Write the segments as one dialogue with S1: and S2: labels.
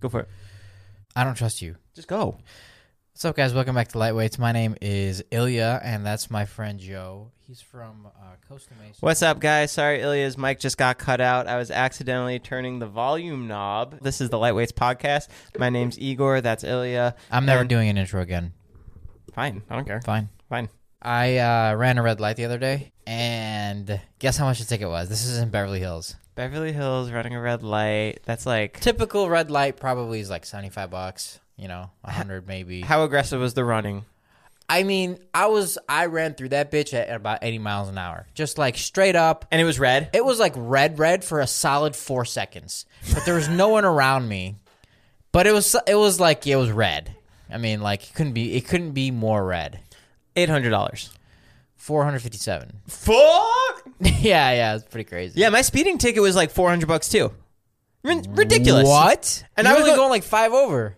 S1: Go for it.
S2: I don't trust you.
S1: Just go.
S2: What's up, guys? Welcome back to Lightweights. My name is Ilya, and that's my friend Joe. He's from uh, Costa Mesa.
S3: What's up, guys? Sorry, Ilya's mic just got cut out. I was accidentally turning the volume knob. This is the Lightweights podcast. My name's Igor. That's Ilya.
S2: I'm never
S3: And-
S2: doing an intro again.
S3: Fine. I don't care.
S2: Fine.
S3: Fine.
S2: I uh, ran a red light the other day, and guess how much the ticket was? This is in Beverly Hills.
S3: Beverly Hills running a red light. That's like.
S2: Typical red light probably is like 75 bucks, you know, 100 maybe.
S3: How aggressive was the running?
S2: I mean, I was I ran through that bitch at about 80 miles an hour. Just like straight up
S3: And it was red.
S2: It was like red, red for a solid four seconds, but there was no one around me. But it was it was like it was red. I mean, like it couldn't be it couldn't be more red.
S3: $800.
S2: Four hundred fifty-seven.
S3: Fuck!
S2: yeah, yeah, it's pretty crazy.
S3: Yeah, my speeding ticket was like 400 bucks too. Rin- ridiculous.
S2: What?
S3: And
S2: And I
S3: I
S2: was
S3: was
S2: only
S3: go-
S2: going like five over.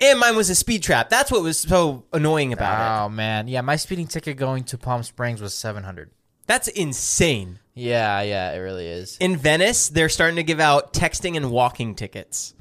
S3: And mine was a speed trap. That's what was so annoying about it.
S2: Oh man, yeah, my speeding ticket going to Palm Springs was seven hundred.
S3: That's insane.
S2: Yeah, yeah, it really is.
S3: In Venice, they're starting to give out texting and walking tickets.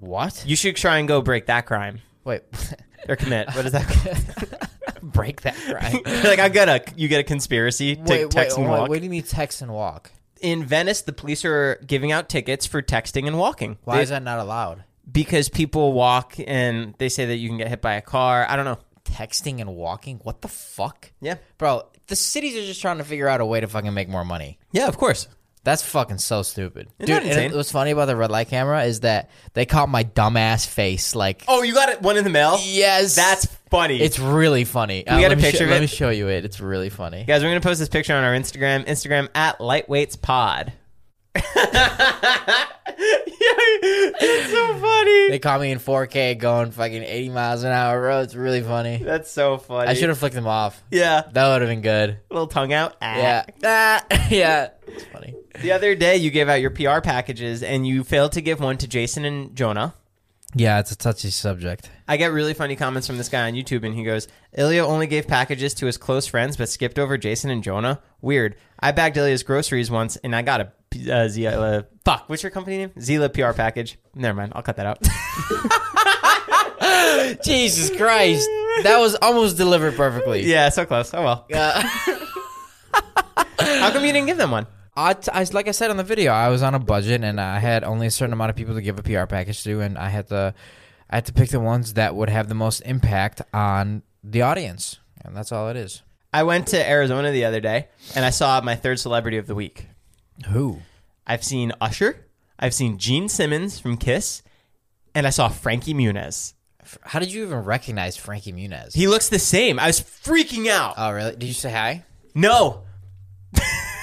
S2: What?
S3: You should try and go break that crime
S2: Wait,
S3: or commit. What is that?
S2: break that right?
S3: You're like I got a you get a conspiracy to
S2: wait,
S3: text
S2: wait,
S3: and walk.
S2: wait, what do you mean text and walk?
S3: In Venice, the police are giving out tickets for texting and walking.
S2: Why
S3: They-
S2: is that not allowed?
S3: Because people walk and they say that you can get hit by a car. I don't know.
S2: Texting and walking? What the fuck?
S3: Yeah.
S2: Bro, the cities are just trying to figure out a way to fucking make more money.
S3: Yeah, of course.
S2: That's fucking so stupid.
S3: Isn't
S2: Dude,
S3: that insane?
S2: and it- what's funny about the red light camera is that they caught my dumbass face. Like,
S3: Oh, you got it one in the mail?
S2: yes.
S3: That's funny.
S2: It's really funny. We
S3: got
S2: let
S3: a
S2: me
S3: picture
S2: sho-
S3: of it?
S2: Let me show you it. It's really funny.
S3: Guys, we're gonna post this picture on our Instagram, Instagram at lightweights pod. it's so funny.
S2: They caught me in 4K going fucking 80 miles an hour, bro. It's really funny.
S3: That's so funny.
S2: I should have flicked them off.
S3: Yeah,
S2: That would have been good.
S3: little tongue out. Ah.
S2: Yeah. Ah, yeah. It's funny.
S3: The other day, you gave out your PR packages, and you failed to give one to Jason and Jonah.
S2: Yeah, it's a touchy subject.
S3: I get really funny comments from this guy on YouTube, and he goes, Ilya only gave packages to his close friends, but skipped over Jason and Jonah. Weird. I bagged Ilya's groceries once, and I got a P- uh, Zila. Fuck, what's your company name? Zila PR package. Never mind, I'll cut that out.
S2: Jesus Christ. That was almost delivered perfectly.
S3: yeah, so close. Oh well.
S2: Yeah.
S3: How come you didn't give them one?
S2: I, t- I like I said on the video, I was on a budget and I had only a certain amount of people to give a PR package to, and I had to I had to pick the ones that would have the most impact on the audience, and that's all it is.
S3: I went to Arizona the other day, and I saw my third celebrity of the week.
S2: Who?
S3: I've seen Usher, I've seen Gene Simmons from Kiss, and I saw Frankie Muniz.
S2: How did you even recognize Frankie Muniz?
S3: He looks the same. I was freaking out.
S2: oh, really? Did you say hi?
S3: no,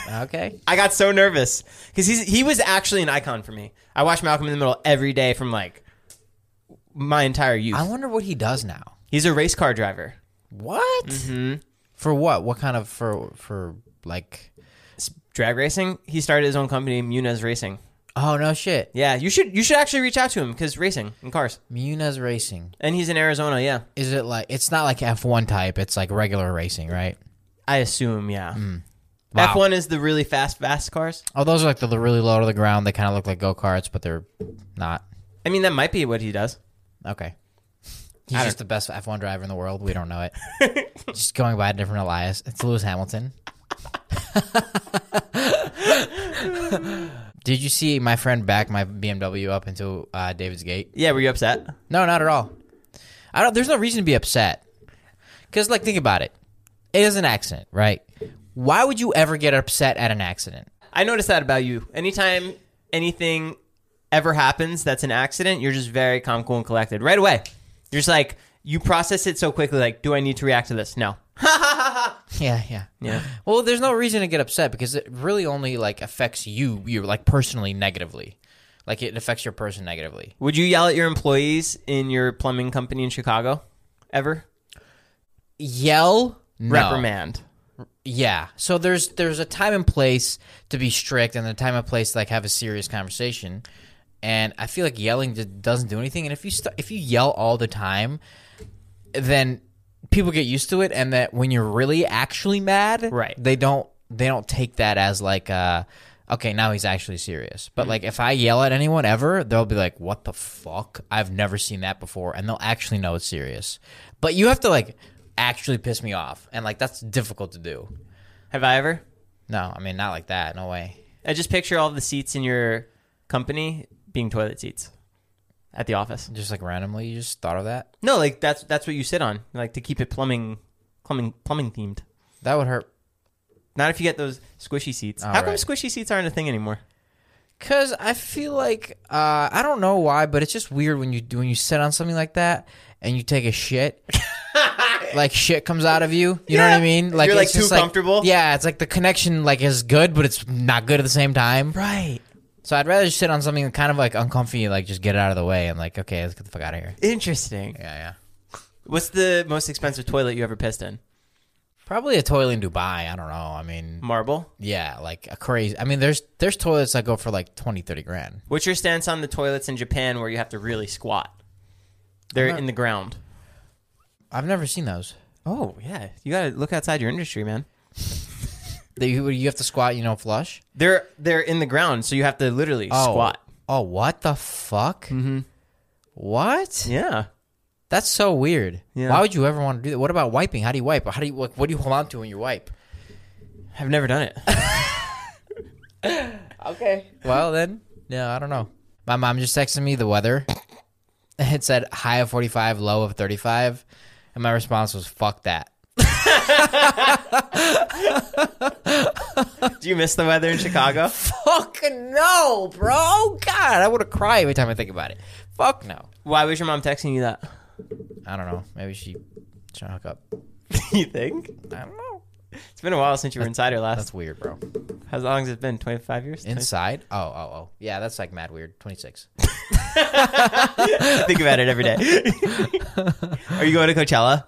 S2: Okay.
S3: I got so nervous because he's he was actually an icon for me. I watched Malcolm in the Middle every day from like my entire youth.
S2: I wonder what he does now.
S3: he's a race car driver.
S2: What?
S3: Mm-hmm.
S2: For what? What kind of for for like?
S3: S- Drag racing. He started his own company, Muniz Racing.
S2: Oh no, shit.
S3: Yeah, you should you should actually reach out to him because racing and cars,
S2: Muniz Racing.
S3: and he's in Arizona. Yeah,
S2: Is it like? It's not like F one type. It's like regular racing, right?
S3: I assume. Yeah,
S2: Mm. Wow.
S3: F one is the really fast fast cars.
S2: Oh, those are like the, the really low to the ground. They kind of look like go karts, but they're not.
S3: I mean, that might be what he does.
S2: Okay. He's
S3: don't-
S2: just the best F1 driver in the world. We don't know it. just going by a different Elias. It's Lewis Hamilton. Did you see my friend back my BMW up into uh, David's gate?
S3: Yeah, were you upset?
S2: No, not at all. I don't. There's no reason to be upset. Cause like, think about it. It is an accident, right? Why would you ever get upset at an accident?
S3: I noticed that about you. Anytime anything ever happens that's an accident, you're just very calm, cool, and collected right away. You're just like you process it so quickly. Like, do I need to react to this? No.
S2: Yeah, yeah,
S3: Yeah.
S2: Well, there's no reason to get upset because it really only like affects you, you like personally negatively. Like it affects your person negatively.
S3: Would you yell at your employees in your plumbing company in Chicago ever?
S2: Yell, no.
S3: Reprimand.
S2: Yeah. So there's there's a time and place to be strict, and a time and place to like have a serious conversation. And I feel like yelling just doesn't do anything. And if you st- if you yell all the time, then people get used to it, and that when you're really actually mad,
S3: Right.
S2: They don't they don't take that as like a okay, now he's actually serious. But like, if I yell at anyone ever, they'll be like, "What the fuck? I've never seen that before," and they'll actually know it's serious. But you have to like actually piss me off, and like that's difficult to do.
S3: Have I ever?
S2: No, I mean not like that. No way.
S3: I just picture all the seats in your company being toilet seats at the office.
S2: Just like randomly, you just thought of that.
S3: No, like that's that's what you sit on, like to keep it plumbing, plumbing, plumbing themed.
S2: That would hurt.
S3: Not if you get those squishy seats.
S2: All
S3: How come
S2: right.
S3: squishy seats aren't a thing anymore?
S2: Cause I feel like uh, I don't know why, but it's just weird when you when you sit on something like that and you take a shit, like shit comes out of you. You know what
S3: Yeah.
S2: I mean?
S3: You're, like,
S2: it's
S3: too
S2: just,
S3: comfortable.
S2: Yeah, it's like the connection like is good, but it's not good at the same time.
S3: Right.
S2: So I'd rather just sit on something kind of like uncomfy, like just get it out of the way and like okay, let's get the fuck out of here.
S3: Interesting.
S2: Yeah, yeah.
S3: What's the most expensive toilet you ever pissed in?
S2: Probably a toilet in Dubai. I don't know. I mean,
S3: Marble.
S2: yeah, like a crazy. I mean, there's there's toilets that go for like 20, 30 grand.
S3: What's your stance on the toilets in Japan where you have to really squat? They're
S2: not-
S3: in the ground.
S2: I've never seen those.
S3: Oh yeah, you gotta look outside your industry, man.
S2: They, you you have to squat, you know, flush.
S3: They're they're in the ground, so you have to literally squat.
S2: Oh, what the fuck? Mm-hmm. What?
S3: Yeah.
S2: That's so weird.
S3: Yeah.
S2: Why would you ever want to do that? What about wiping? How do you wipe? How do you like, what do you hold on to when you wipe?
S3: I've never done it.
S2: Okay. Well then, yeah, I don't know. My mom just texted me the weather. It said high of forty five, low of thirty five, and my response was "fuck that."
S3: Do you miss the weather in Chicago?
S2: Fuck no, bro. Oh, God, I would have cried every time I think about it. Fuck no.
S3: Why was your mom texting you that?
S2: I don't know. Maybe she trying to hook up.
S3: you think?
S2: I don't know.
S3: It's been a while since you were inside her last.
S2: That's weird, bro.
S3: How long has it been? 25 years?
S2: Inside? Oh, oh, oh. Yeah, that's like mad weird. 26.
S3: 20 Think about it every day. Are you going to Coachella?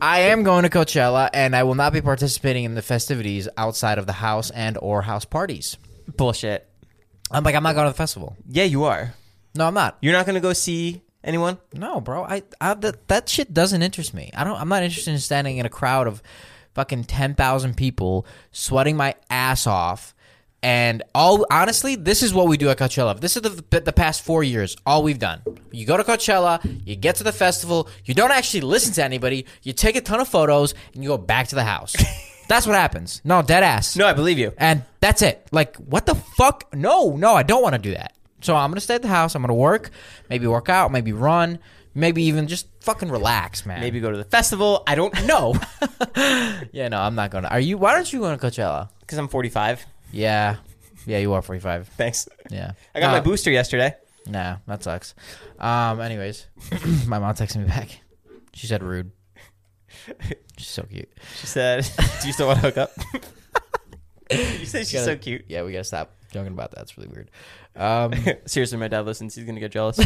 S2: I am going to Coachella and I will not be participating in the festivities outside of the house and or house parties.
S3: Bullshit.
S2: I'm like I'm not going to the festival.
S3: Yeah, you are.
S2: No, I'm not.
S3: You're not going to go see anyone?
S2: No, bro. I, I that, that shit doesn't interest me. I don't I'm not interested in standing in a crowd of fucking 10,000 people sweating my ass off. And all honestly, this is what we do at Coachella. This is the the past 4 years all we've done. You go to Coachella, you get to the festival, you don't actually listen to anybody, you take a ton of photos and you go back to the house. That's what happens. No, dead ass.
S3: No, I believe you.
S2: And that's it. Like, what the fuck? No, no, I don't want to do that. So I'm gonna stay at the house. I'm gonna work, maybe work out, maybe run, maybe even just fucking relax, man.
S3: Maybe go to the festival. I don't know
S2: no. yeah, no, I'm not gonna. Are you? Why aren't you going to Coachella?
S3: because I'm 45.
S2: Yeah, yeah, you are 45.
S3: Thanks.
S2: Yeah,
S3: I got my
S2: boot.
S3: booster yesterday.
S2: Nah, that sucks. Um, anyways, my mom texted me back. She said rude. She's so cute.
S3: She said, Do you still want to hook up? you said she's so
S2: Gotta-
S3: cute.
S2: Yeah, we gotta stop joking about that. It's really weird. Um,
S3: Seriously, my dad listens. He's going to get jealous.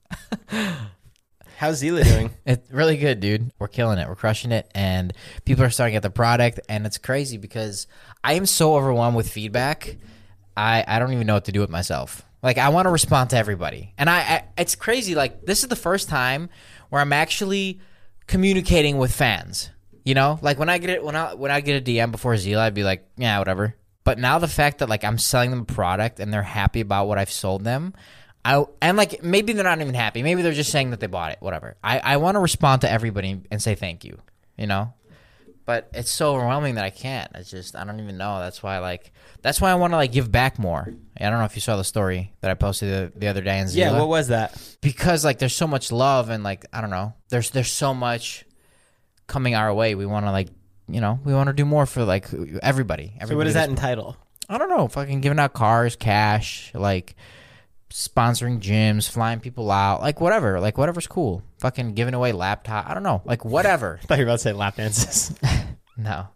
S3: How's Zila doing?
S2: It's really good, dude. We're killing it. We're crushing it, and people are starting to get the product, and it's crazy because I am so overwhelmed with feedback. I I don't even know what to do with myself. Like I want to respond to everybody, and I, I it's crazy. Like this is the first time where I'm actually communicating with fans. You know, like when I get it when I when I get a DM before Zila, I'd be like, yeah, whatever. But now the fact that like I'm selling them a product and they're happy about what I've sold them, I and like maybe they're not even happy. Maybe they're just saying that they bought it. Whatever. I I want to respond to everybody and say thank you. You know, but it's so overwhelming that I can't. It's just I don't even know. That's why like that's why I want to like give back more. I don't know if you saw the story that I posted the, the other day in Zila
S3: Yeah, what was that?
S2: because like there's so much love and like I don't know, there's there's so much coming our way. We want to like you know we want to do more for like everybody. everybody
S3: So what does
S2: that's-
S3: that entitle?
S2: I don't know. Fucking giving out cars, cash, like sponsoring gyms, flying people out, like whatever, like whatever's cool. Fucking giving away laptop. I don't know, like whatever.
S3: I thought you were about to say lap dances.
S2: no,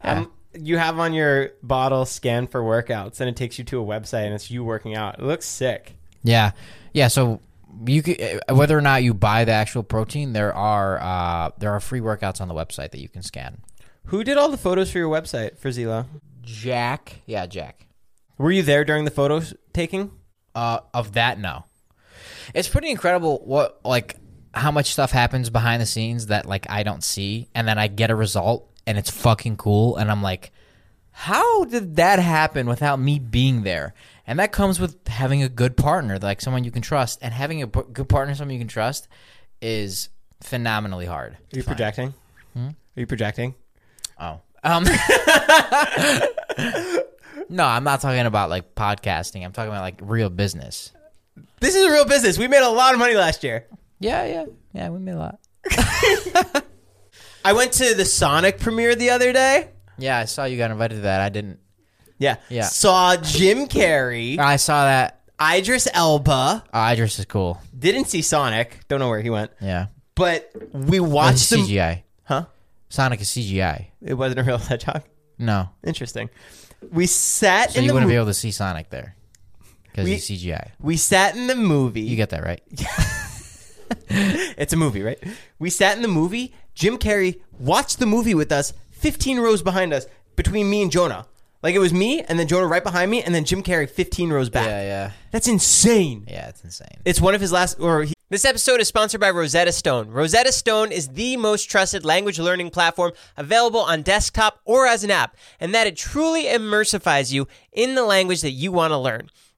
S3: Um, you have on your bottle scan for workouts, and it takes you to a website, and it's you working out. It looks sick.
S2: Yeah, yeah. So you could, uh, whether or not you buy the actual protein, there are uh, there are free workouts on the website that you can scan.
S3: Who did all the photos for your website for Zila?
S2: Jack, yeah, Jack.
S3: Were you there during the photo taking?
S2: Uh, of that, no. It's pretty incredible what like how much stuff happens behind the scenes that like I don't see, and then I get a result and it's fucking cool, and I'm like, how did that happen without me being there? And that comes with having a good partner, like someone you can trust. And having a p- good partner, someone you can trust, is phenomenally hard.
S3: Are you projecting?
S2: Hmm?
S3: Are you projecting?
S2: Oh. Um No, I'm not talking about like podcasting. I'm talking about like real business.
S3: This is a real business. We made a lot of money last year.
S2: Yeah, yeah. Yeah, we made a lot.
S3: I went to the Sonic premiere the other day.
S2: Yeah, I saw you got invited to that. I didn't.
S3: Yeah.
S2: Yeah.
S3: Saw Jim Carrey,
S2: I saw that.
S3: Idris Elba.
S2: Oh, Idris is cool.
S3: Didn't see Sonic. Don't know where he went.
S2: Yeah.
S3: But we
S2: It's
S3: watched the
S2: CGI.
S3: Huh?
S2: Sonic is CGI.
S3: It wasn't a real hedgehog.
S2: No.
S3: Interesting. We sat
S2: So
S3: in
S2: you
S3: the
S2: wouldn't
S3: mo-
S2: be able to see Sonic there. Because
S3: We-
S2: he's CGI.
S3: we sat in the movie.
S2: You get that right?
S3: it's a movie, right? We sat in the movie. Jim Carrey watched the movie with us, 15 rows behind us, between me and Jonah. Like it was me, and then Jonah right behind me, and then Jim Carrey 15 rows back.
S2: yeah.
S3: That's insane.
S2: Yeah, it's insane.
S3: It's one of his last. Or he- this episode is sponsored by Rosetta Stone. Rosetta Stone is the most trusted language learning platform available on desktop or as an app, and that it truly immersifies you in the language that you want to learn.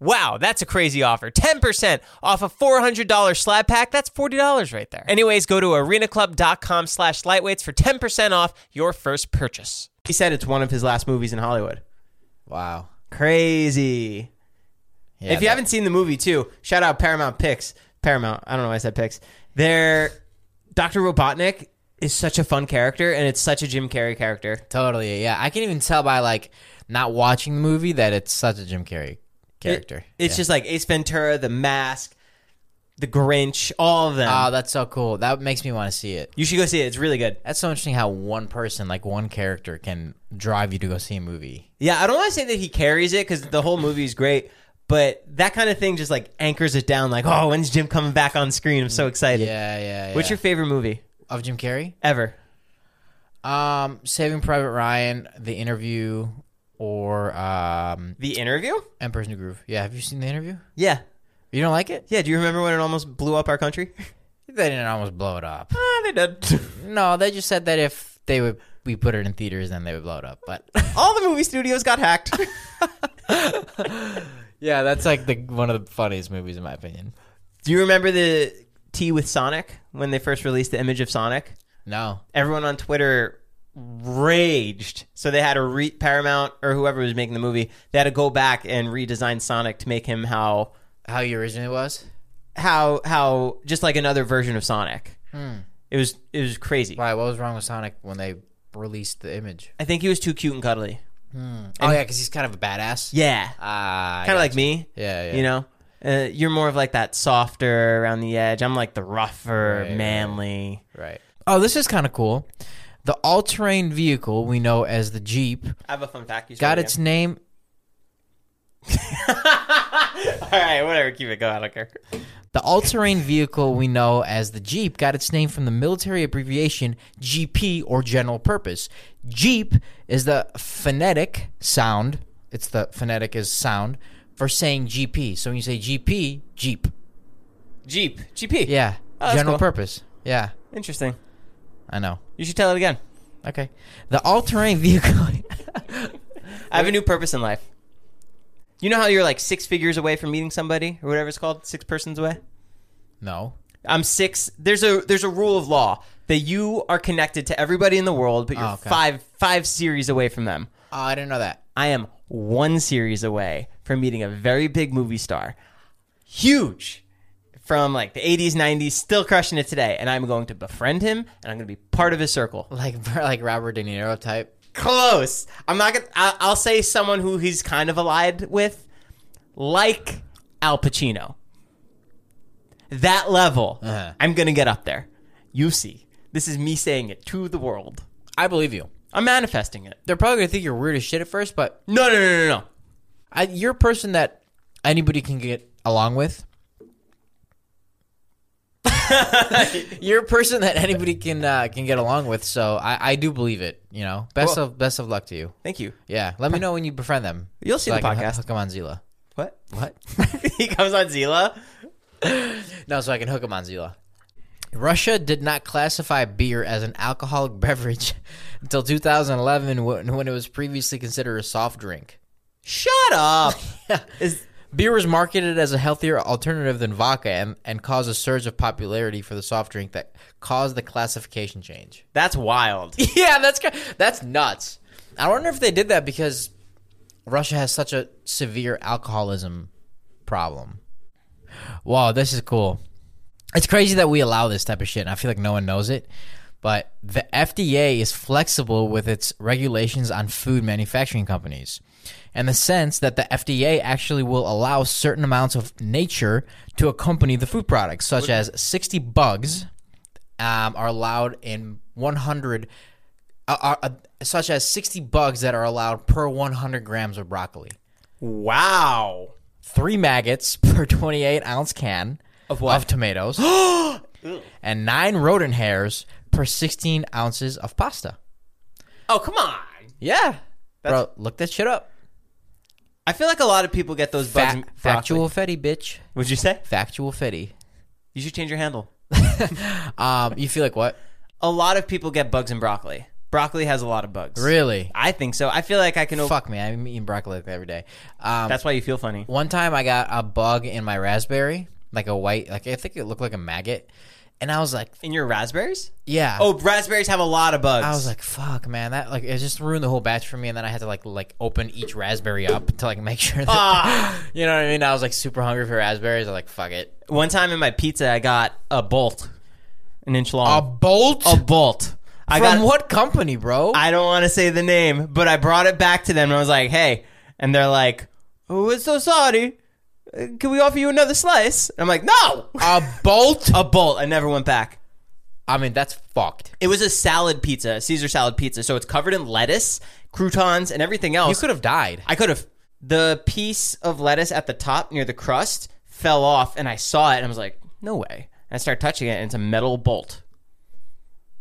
S3: Wow, that's a crazy offer. 10% off a $400 slab pack. That's $40 right there. Anyways, go to arenaclub.com slash lightweights for 10% off your first purchase. He said it's one of his last movies in Hollywood.
S2: Wow.
S3: Crazy.
S2: Yeah,
S3: if you
S2: that-
S3: haven't seen the movie too, shout out Paramount Picks. Paramount. I don't know why I said Picks. Their Dr. Robotnik is such a fun character and it's such a Jim Carrey character.
S2: Totally, yeah. I can even tell by like not watching the movie that it's such a Jim Carrey character.
S3: It's just like Ace Ventura, The Mask, The Grinch, all of them.
S2: oh, that's so cool. That makes me want to see it.
S3: you should go see it. It's really good.
S2: That's so interesting how one person, like one character, can drive you to go see a movie.
S3: Yeah, I don't want to say that he carries it because the whole movie is great, but that kind of thing just like anchors it down. Like, oh, when's Jim coming back on screen? I'm so excited.
S2: Yeah, yeah. yeah.
S3: What's your favorite movie
S2: of Jim Carrey?
S3: ever?
S2: Um, Saving Private Ryan, The Interview, or um,
S3: The Interview?
S2: Emperor's New Groove. Yeah, have you seen The Interview?
S3: Yeah,
S2: You don't like it?
S3: yeah. Do you remember when it almost blew up our country?
S2: They didn't almost blow it up.
S3: ah, they did.
S2: No, they just said that if they would, we put it in theaters, then they would blow it up. But
S3: All the movie studios got hacked.
S2: yeah, that's like the one of the funniest movies in my opinion.
S3: Do you remember the tea with Sonic when they first released the image of Sonic?
S2: No.
S3: Everyone on Twitter raged. So they had to re Paramount or whoever was making the movie. They had to go back and redesign Sonic to make him how
S2: How you originally was?
S3: how how just like another version of Sonic. It was it was crazy.
S2: Why? What was wrong with Sonic when they released the image?
S3: I think he was too cute and cuddly.
S2: oh yeah, because he's kind of a badass.
S3: Yeah,
S2: Ah, I
S3: kind of
S2: got
S3: like me.
S2: Yeah, yeah.
S3: You know, uh, you're more of like that softer around the edge. I'm like the rougher,
S2: Right, right.
S3: manly.
S2: Right. Oh, this is kind of cool. The all terrain vehicle we know as the Jeep
S3: I have a fun fact. You
S2: got its name.
S3: All right, whatever. Keep it going. I don't care.
S2: The all terrain vehicle we know as the Jeep got its name from the military abbreviation GP or general purpose. Jeep is the phonetic sound. It's the phonetic is sound for saying GP. So when you say GP, Jeep.
S3: Jeep, GP.
S2: Yeah.
S3: Oh, that's
S2: general
S3: cool.
S2: purpose. Yeah.
S3: Interesting.
S2: I know.
S3: You should tell it again.
S2: Okay. The all terrain vehicle.
S3: I have a new purpose in life. You know how you're like six figures away from meeting somebody or whatever it's called, six persons away.
S2: no.
S3: I'm six. There's a there's a rule of law that you are connected to everybody in the world, but you're
S2: Oh, okay.
S3: five five series away from them.
S2: Oh, I didn't know that.
S3: I am one series away from meeting a very big movie star, huge from like the 80s, 90s, still crushing it today, and I'm going to befriend him and I'm going to be part of his circle.
S2: Like like Robert De Niro type.
S3: Close. I'm not gonna. I, I'll say someone who he's kind of allied with, like Al Pacino. That level,
S2: Uh-huh.
S3: I'm gonna get up there. You see, this is me saying it to the world.
S2: I believe you.
S3: I'm manifesting it.
S2: They're probably gonna think you're weird as shit at first, but
S3: No, no, no, no, no.
S2: I, you're a person that anybody can get along with. you're a person that anybody can uh, can get along with, so I, I do believe it. You know, best
S3: Cool.
S2: of best of luck to you.
S3: Thank you.
S2: Yeah, let me know when you befriend them.
S3: You'll see
S2: so
S3: the
S2: I can hoo-
S3: podcast.
S2: hook them on Zila.
S3: What?
S2: What?
S3: he comes on Zila.
S2: no, so I can hook them on Zila. Russia did not classify beer as an alcoholic beverage until 2011, when, when it was previously considered a soft drink.
S3: Shut up. Is
S2: Beer was marketed as a healthier alternative than vodka and, and caused a surge of popularity for the soft drink that caused the classification change.
S3: that's wild.
S2: yeah, that's ki- that's nuts. I wonder if they did that because Russia has such a severe alcoholism problem. Wow, this is cool. It's crazy that we allow this type of shit, and I feel like no one knows it. But the FDA is flexible with its regulations on food manufacturing companies in the sense that the FDA actually will allow certain amounts of nature to accompany the food products, such as 60 bugs um, are allowed in 100, uh, are, uh, such as 60 bugs that are allowed per 100 grams of broccoli,
S3: Wow.
S2: three maggots per 28 ounce can
S3: Of what?
S2: of tomatoes, and nine rodent hairs per 16 ounces of pasta.
S3: Oh come on.
S2: Yeah. Bro, look that shit up.
S3: I feel like a lot of people get those bugs.
S2: Fa-
S3: in-
S2: factual fetty, bitch.
S3: Would you say
S2: Factual fetty.
S3: you should change your handle?
S2: Um, you feel like what?
S3: A lot of people get bugs in broccoli. Broccoli has a lot of bugs.
S2: Really?
S3: I think so. I feel like I can. Over-
S2: Fuck me. I'm eating broccoli like that every day. Um,
S3: That's why you feel funny.
S2: one time I got a bug in my raspberry, like a white, like I think it looked like a maggot, and I was like,
S3: In your raspberries?
S2: yeah.
S3: Oh, raspberries have a lot of bugs.
S2: I was like, "Fuck, man! That like it just ruined the whole batch for me." And then I had to like like open each raspberry up to like make sure that
S3: Ah.
S2: you know what I mean. I was like super hungry for raspberries. I was like, "Fuck it."
S3: one time in my pizza, I got a bolt, an inch long.
S2: bolt
S3: a bolt. I
S2: from
S3: got.
S2: what company, bro?
S3: I don't want to say the name, but I brought it back to them and I was like, "Hey," and they're like, "Oh, we're so sorry. Uh, Can we offer you another slice?" And I'm like, "No."
S2: a bolt.
S3: a bolt. I never went back.
S2: I mean, that's fucked.
S3: It was a salad pizza, a Caesar salad pizza. So it's covered in lettuce, croutons, and everything
S2: You
S3: else.
S2: could have died.
S3: I could have. The piece of lettuce at the top near the crust fell off, and I saw it, and I was like, no way. And I started touching it, and it's a metal bolt.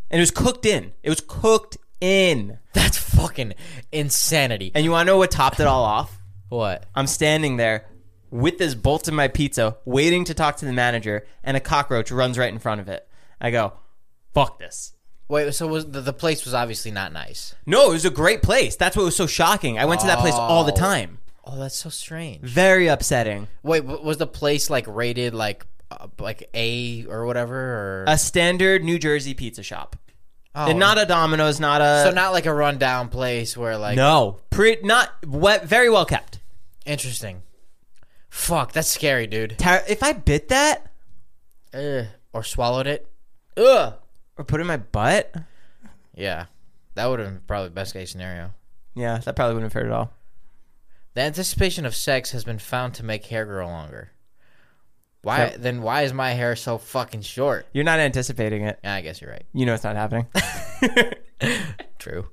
S3: And it was cooked in. It was cooked in.
S2: That's fucking insanity.
S3: And you want to know what topped it all off?
S2: What?
S3: I'm standing there with this bolt in my pizza, waiting to talk to the manager, and a cockroach runs right in front of it. I go, fuck this.
S2: Wait. So was the, the place was obviously not nice.
S3: No, it was a great place. That's what was so shocking. I went to that place all the
S2: Oh.
S3: time.
S2: Oh, that's so strange.
S3: Very upsetting.
S2: Wait, w- was the place like rated like uh, like A or whatever? Or
S3: A standard New Jersey pizza shop.
S2: Oh.
S3: And not a Domino's, not a
S2: So not like a rundown place where like
S3: no, pre not what very well kept.
S2: interesting. Fuck, that's scary, dude.
S3: Tar- if I bit that
S2: Ugh. Or swallowed it. Ugh.
S3: or put it in my butt,
S2: Yeah, that would have been probably the best case scenario.
S3: yeah, that probably wouldn't have hurt at all.
S2: The anticipation of sex has been found to make hair grow longer. Why
S3: Yep.
S2: then? Why is my hair so fucking short?
S3: You're not anticipating it.
S2: Yeah, I guess you're right.
S3: You know it's not happening.
S2: True.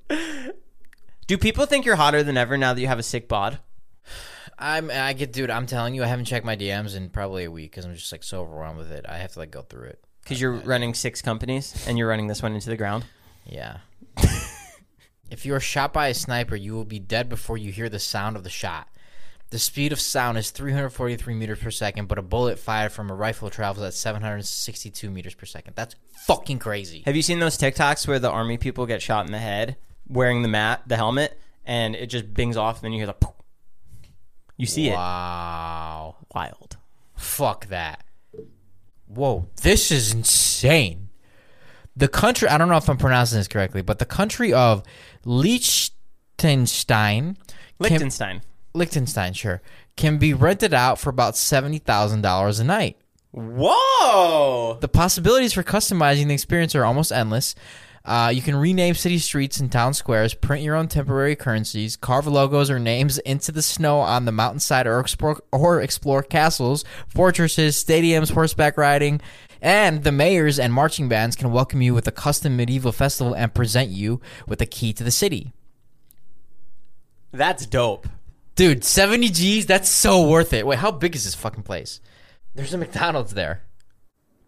S3: Do people think you're hotter than ever now that you have a sick bod?
S2: I'm. I get, dude. I'm telling you, I haven't checked my DMs in probably a week because I'm just like so overwhelmed with it. I have to like go through it.
S3: Because you're running six companies and you're running this one into the ground.
S2: Yeah. if you are shot by a sniper, you will be dead before you hear the sound of the shot. The speed of sound is 343 meters per second, but a bullet fired from a rifle travels at 762 meters per second. That's fucking crazy.
S3: Have you seen those TikToks where the army people get shot in the head wearing the mat, the helmet, and it just bings off, and then you hear the. Poof. You see
S2: Wow.
S3: it. Wild.
S2: Fuck that. Whoa, this is insane. The country, I don't know if I'm pronouncing this correctly, but the country of Liechtenstein. can-
S3: Liechtenstein.
S2: Liechtenstein, sure, can be rented out for about $70,000 a night.
S3: Whoa!
S2: The possibilities for customizing the experience are almost endless. Uh, you can rename city streets and town squares, print your own temporary currencies, carve logos or names into the snow on the mountainside, or explore, or explore castles, fortresses, stadiums, horseback riding. And the mayors and marching bands can welcome you with a custom medieval festival and present you with a key to the city.
S3: That's dope.
S2: Dude, 70 G's, that's so worth it. Wait, how big is this fucking place? There's a McDonald's there.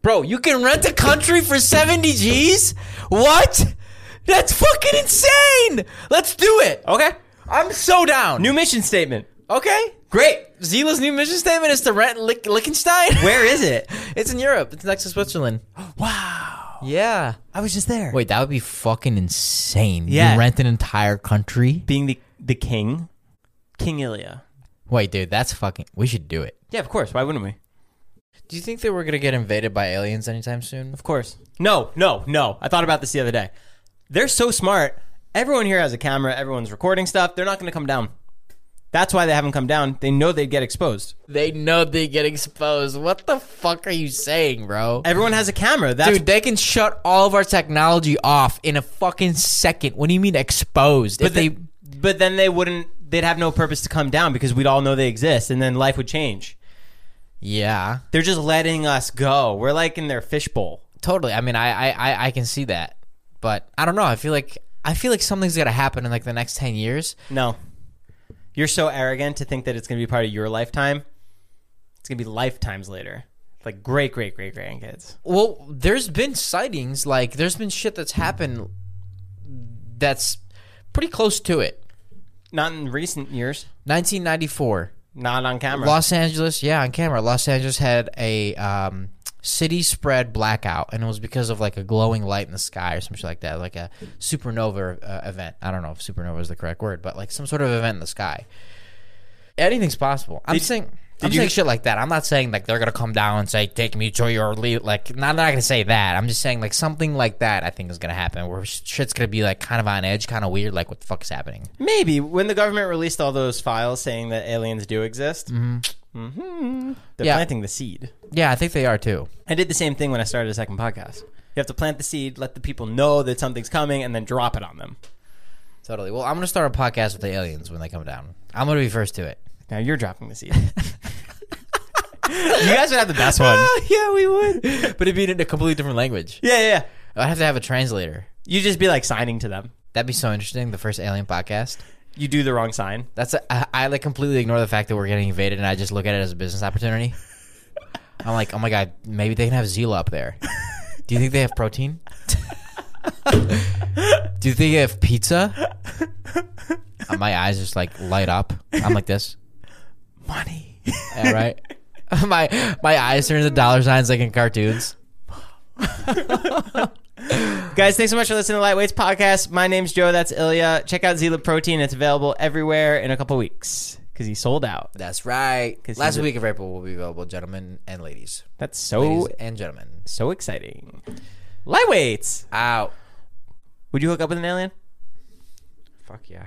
S2: Bro, you can rent a country for 70 G's? What? That's fucking insane! Let's do it!
S3: Okay.
S2: I'm so down.
S3: New mission statement.
S2: okay, great. Zila's new mission statement is to rent Lick- Liechtenstein.
S3: Where is it?
S2: It's in Europe. It's next to Switzerland.
S3: wow.
S2: Yeah.
S3: I was just there.
S2: Wait, that would be fucking insane.
S3: Yeah.
S2: You rent an entire country?
S3: Being the, the king? King Ilya.
S2: Wait, dude, that's fucking. We should do it.
S3: Yeah, of course. Why wouldn't we?
S2: Do you think that we're gonna get invaded by aliens anytime soon?
S3: Of course. No, no, no. I thought about this the other day. They're so smart. Everyone here has a camera. Everyone's recording stuff. They're not going to come down. That's why they haven't come down. They know they'd get exposed.
S2: They know they get exposed. What the fuck are you saying, bro?
S3: Everyone has a camera. That's
S2: Dude, they can shut all of our technology off in a fucking second. What do you mean exposed?
S3: but
S2: if they,
S3: but then they wouldn't. They'd have no purpose to come down because we'd all know they exist, and then life would change.
S2: yeah,
S3: They're just letting us go. We're like in their fishbowl.
S2: totally. I mean, I, I, I, I can see that, but I don't know. I feel like I feel like something's gonna happen in like the next ten years.
S3: No, you're so arrogant to think that it's going to be part of your lifetime. It's going to be lifetimes later. Like great, great, great grandkids.
S2: Well, there's been sightings. Like, there's been shit that's happened that's pretty close to it.
S3: Not in recent years.
S2: 1994.
S3: Not on camera.
S2: Los Angeles, yeah, on camera. Los Angeles had a um, city spread blackout, and it was because of like a glowing light in the sky or some shit like that, like a supernova uh, event. I don't know if supernova is the correct word, but like some sort of event in the sky. Anything's possible. I'm saying. I'm
S3: you-
S2: saying shit like that. I'm not saying like they're gonna come down and say take me to your lead. Like, no, I'm not gonna say that. I'm just saying like something like that. I think is gonna happen where shit's gonna be like kind of on edge, kind of weird. Like, what the fuck is happening?
S3: Maybe when the government released all those files saying that aliens do exist, mm-hmm. they're
S2: Yeah.
S3: planting the seed.
S2: Yeah, I think they are too.
S3: I did the same thing when I started a second podcast. You have to plant the seed, let the people know that something's coming, and then drop it on them.
S2: Totally. Well, I'm gonna start a podcast with the aliens when they come down. I'm gonna be first to it.
S3: Now you're dropping the seed. you guys would have the best one.
S2: yeah, we would. but it'd be in a completely different language.
S3: Yeah, yeah, yeah.
S2: I'd have to have a translator.
S3: You just be like signing to them.
S2: That'd be so interesting. The first alien podcast.
S3: You do the wrong sign.
S2: That's a, I, I like completely ignore the fact that we're getting invaded, and I just look at it as a business opportunity. I'm like, oh my god, maybe they can have Zila up there. Do you think they have protein? Do you think they have pizza? Uh, My eyes just like light up. I'm like this.
S3: Money.
S2: Yeah, right. my my eyes turn into dollar signs like in cartoons.
S3: Guys, thanks so much for listening to Lightweights Podcast. My name's Joe. That's Ilya. Check out Zila Protein. It's available everywhere in a couple weeks because he sold out.
S2: That's right.
S3: 'Cause
S2: Last
S3: he's a-
S2: week of April will be available, gentlemen and ladies,
S3: That's so
S2: ladies and gentlemen.
S3: so exciting. Lightweights.
S2: Out.
S3: Would you hook up with an alien? Fuck yeah.